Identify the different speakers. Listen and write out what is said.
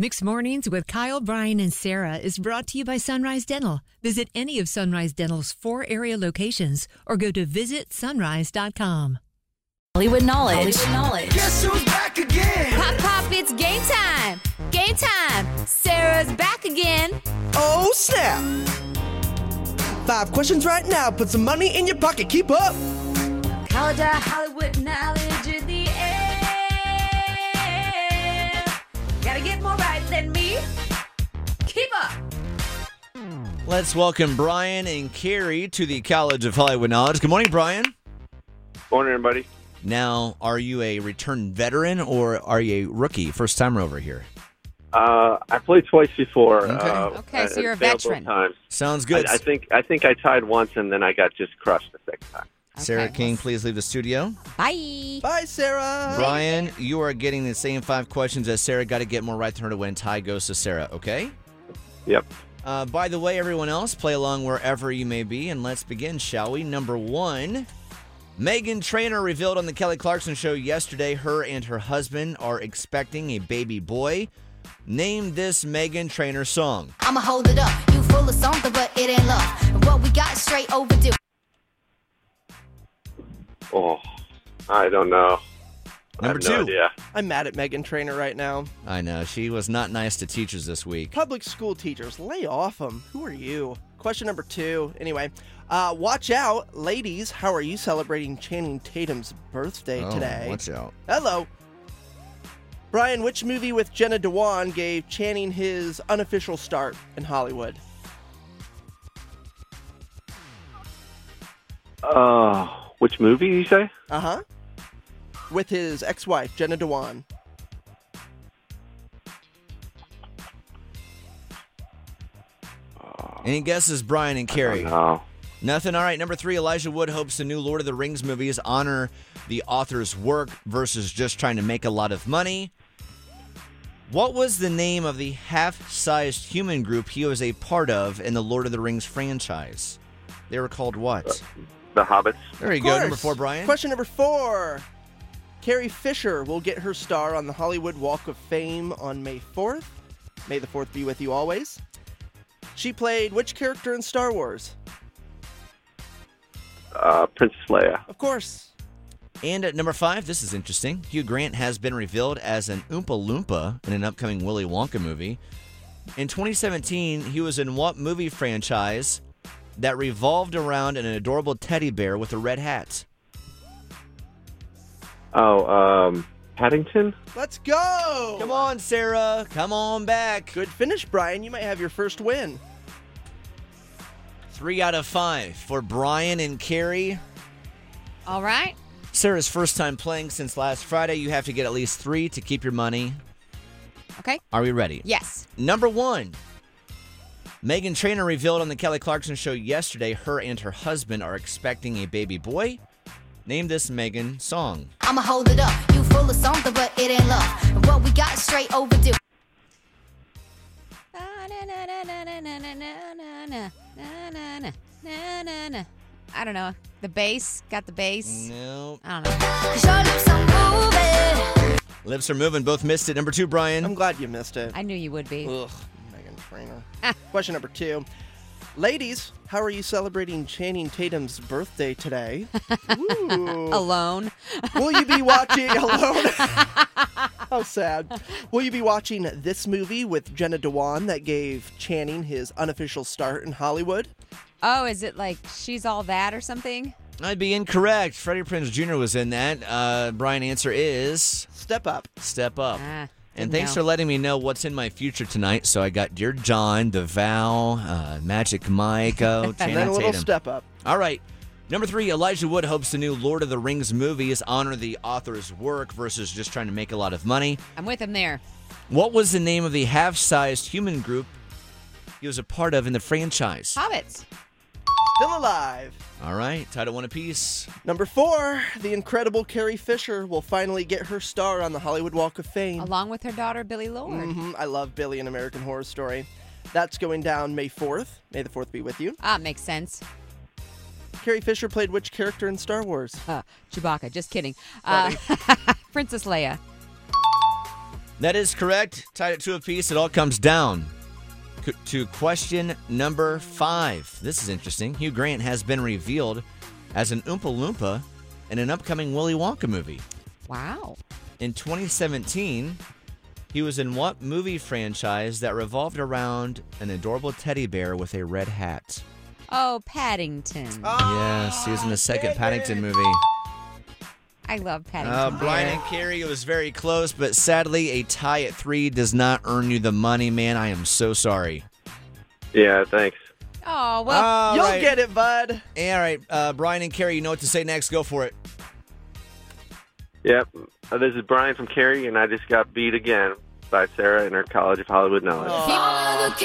Speaker 1: Mixed Mornings with Kyle, Brian, and Sarah is brought to you by Sunrise Dental. Visit any of Sunrise Dental's four area locations or go to visitsunrise.com.
Speaker 2: Hollywood knowledge.
Speaker 3: Guess who's back again?
Speaker 2: Pop, pop, it's game time. Game time. Sarah's back again.
Speaker 3: Oh, snap. Five questions right now. Put some money in your pocket. Keep up.
Speaker 2: College of Hollywood knowledge in the air. Gotta get more right than me. Keep up.
Speaker 4: Let's welcome Brian and Carrie to the College of Hollywood Knowledge. Good morning, Brian.
Speaker 5: Morning, everybody.
Speaker 4: Now, are you a return veteran or are you a rookie, first timer over here?
Speaker 5: Uh, I played twice before.
Speaker 4: Okay.
Speaker 5: uh,
Speaker 2: Okay, so
Speaker 5: and
Speaker 2: you're a
Speaker 5: failed both
Speaker 2: veteran.
Speaker 5: Times.
Speaker 4: Sounds
Speaker 5: I,
Speaker 4: good.
Speaker 5: I think I think I tied once, and then I got just crushed the second time.
Speaker 4: Sarah
Speaker 2: Okay.
Speaker 4: King, please leave the studio.
Speaker 2: Bye.
Speaker 3: Bye, Sarah.
Speaker 4: Brian, you are getting the same five questions as Sarah. Got to get more right than her to win. Tie goes to Sarah, okay?
Speaker 5: Yep.
Speaker 4: Uh, by the way, everyone else, play along wherever you may be, and let's begin, shall we? Number one, Megan Trainor revealed on the Kelly Clarkson show yesterday her and her husband are expecting a baby boy. Name this Megan Trainor song.
Speaker 6: I'ma hold it up. You full of something, but it ain't love. And what we got is straight overdue.
Speaker 5: Oh, I don't know. I
Speaker 4: Number
Speaker 5: have no
Speaker 4: two.
Speaker 5: idea.
Speaker 7: I'm mad at Megan Trainer right now.
Speaker 4: I know she was not nice to teachers this week.
Speaker 7: Public school teachers, lay off them. Who are you? Question number two. Anyway, uh, watch out, ladies. How are you celebrating Channing Tatum's birthday
Speaker 4: Oh,
Speaker 7: today?
Speaker 4: watch out.
Speaker 7: Hello. Brian, which movie with Jenna Dewan gave Channing his unofficial start in Hollywood?
Speaker 5: Uh, which movie did you say?
Speaker 7: Uh huh. With his ex wife, Jenna Dewan.
Speaker 4: Any guesses, Brian and Carrie?
Speaker 5: No.
Speaker 4: Nothing. All right. Number three, Elijah Wood hopes the new Lord of the Rings movies honor the author's work versus just trying to make a lot of money. What was the name of the half sized human group he was a part of in the Lord of the Rings franchise? They were called what?
Speaker 5: The Hobbits.
Speaker 4: There
Speaker 7: Uh,
Speaker 4: you
Speaker 7: Of
Speaker 4: go.
Speaker 7: course.
Speaker 4: Number four, Brian.
Speaker 7: Question number four. Carrie Fisher will get her star on the Hollywood Walk of Fame on May 4th. May the 4th be with you always. She played which character in Star Wars?
Speaker 5: Uh, Princess Leia.
Speaker 7: Of course.
Speaker 4: And at number five, this is interesting. Hugh Grant has been revealed as an Oompa Loompa in an upcoming Willy Wonka movie. In 2017, he was in what movie franchise that revolved around an adorable teddy bear with a red hat?
Speaker 5: Oh, um, Paddington.
Speaker 7: Let's go.
Speaker 4: Come on, Sarah. Come on back.
Speaker 7: Good finish, Brian. You might have your first win.
Speaker 4: Three out of five for Brian and Carrie.
Speaker 2: All right.
Speaker 4: Sarah's first time playing since last Friday. You have to get at least three to keep your money.
Speaker 2: Okay.
Speaker 4: Are we ready?
Speaker 2: Yes.
Speaker 4: Number one, Megan Trainor revealed on the Kelly Clarkson show yesterday her and her husband are expecting a baby boy. Name this Megan song.
Speaker 6: I'ma hold it up. You full of something, but it ain't love. And what we got is straight overdue.
Speaker 2: I don't know. The bass got the bass.
Speaker 4: No.
Speaker 2: I don't know.
Speaker 6: Cause your lips are moving.
Speaker 4: Lips are moving. Both missed it. Number two, Brian.
Speaker 7: I'm glad you missed it.
Speaker 2: I knew you would be.
Speaker 7: Ugh, Megan Trainer. Question number two. Ladies, how are you celebrating Channing Tatum's birthday today? Ooh.
Speaker 2: Alone.
Speaker 7: Will you be watching alone? How sad. Will you be watching this movie with Jenna Dewan that gave Channing his unofficial start in Hollywood?
Speaker 2: Oh, is it like she's all that or something?
Speaker 4: I'd be incorrect. Freddie Prinze Jr. was in that. Uh, Brian, answer is
Speaker 7: Step up.
Speaker 4: Step Up.
Speaker 2: Ah,
Speaker 4: and
Speaker 2: didn't
Speaker 4: thanks
Speaker 2: know.
Speaker 4: for letting me know what's in my future tonight. So I got Dear John, The Vow, uh, Magic Mike, oh,
Speaker 7: And then
Speaker 4: Channing
Speaker 7: a little
Speaker 4: Tatum.
Speaker 7: step up.
Speaker 4: All right. Number three, Elijah Wood hopes the new Lord of the Rings movies honor the author's work versus just trying to make a lot of money.
Speaker 2: I'm with him there.
Speaker 4: What was the name of the half sized human group he was a part of in the franchise?
Speaker 2: Hobbits.
Speaker 7: Still alive.
Speaker 4: All right, title one apiece.
Speaker 7: Number four, the incredible Carrie Fisher will finally get her star on the Hollywood Walk of Fame.
Speaker 2: Along with her daughter, Billy Lord.
Speaker 4: Mm-hmm.
Speaker 7: Mhm, I love Billy and American Horror Story. That's going down May 4th. May the 4th be with you.
Speaker 2: Ah, makes sense.
Speaker 7: Carrie Fisher played which character in Star
Speaker 4: Uh,
Speaker 7: Wars?
Speaker 2: Uh, Chewbacca. Just kidding. Uh, Princess Leia.
Speaker 4: That is correct. Tied at two apiece. It all comes down c- to question number five. This is interesting. Hugh Grant has been revealed as an Oompa Loompa in an upcoming Willy Wonka movie.
Speaker 2: Wow.
Speaker 4: In 2017, he was in what movie franchise that revolved around an adorable teddy bear with a red hat?
Speaker 2: Oh, Paddington.
Speaker 4: Oh. yes, he was in the second Paddington movie.
Speaker 2: I love
Speaker 4: Uh,
Speaker 2: Paddington.
Speaker 4: Brian and Carrie, it was very close, but sadly, a tie at three does not earn you the money, man. I am so sorry.
Speaker 5: Yeah, thanks.
Speaker 2: Oh, well,
Speaker 4: All
Speaker 7: You'll
Speaker 4: right.
Speaker 7: get it, bud.
Speaker 4: All right, uh, Brian and Carrie, you know what to say next. Go for it.
Speaker 5: Yep. Uh, this is Brian from Cary, and I just got beat again by Sarah in her College of Hollywood
Speaker 4: Oh,
Speaker 5: Knowledge.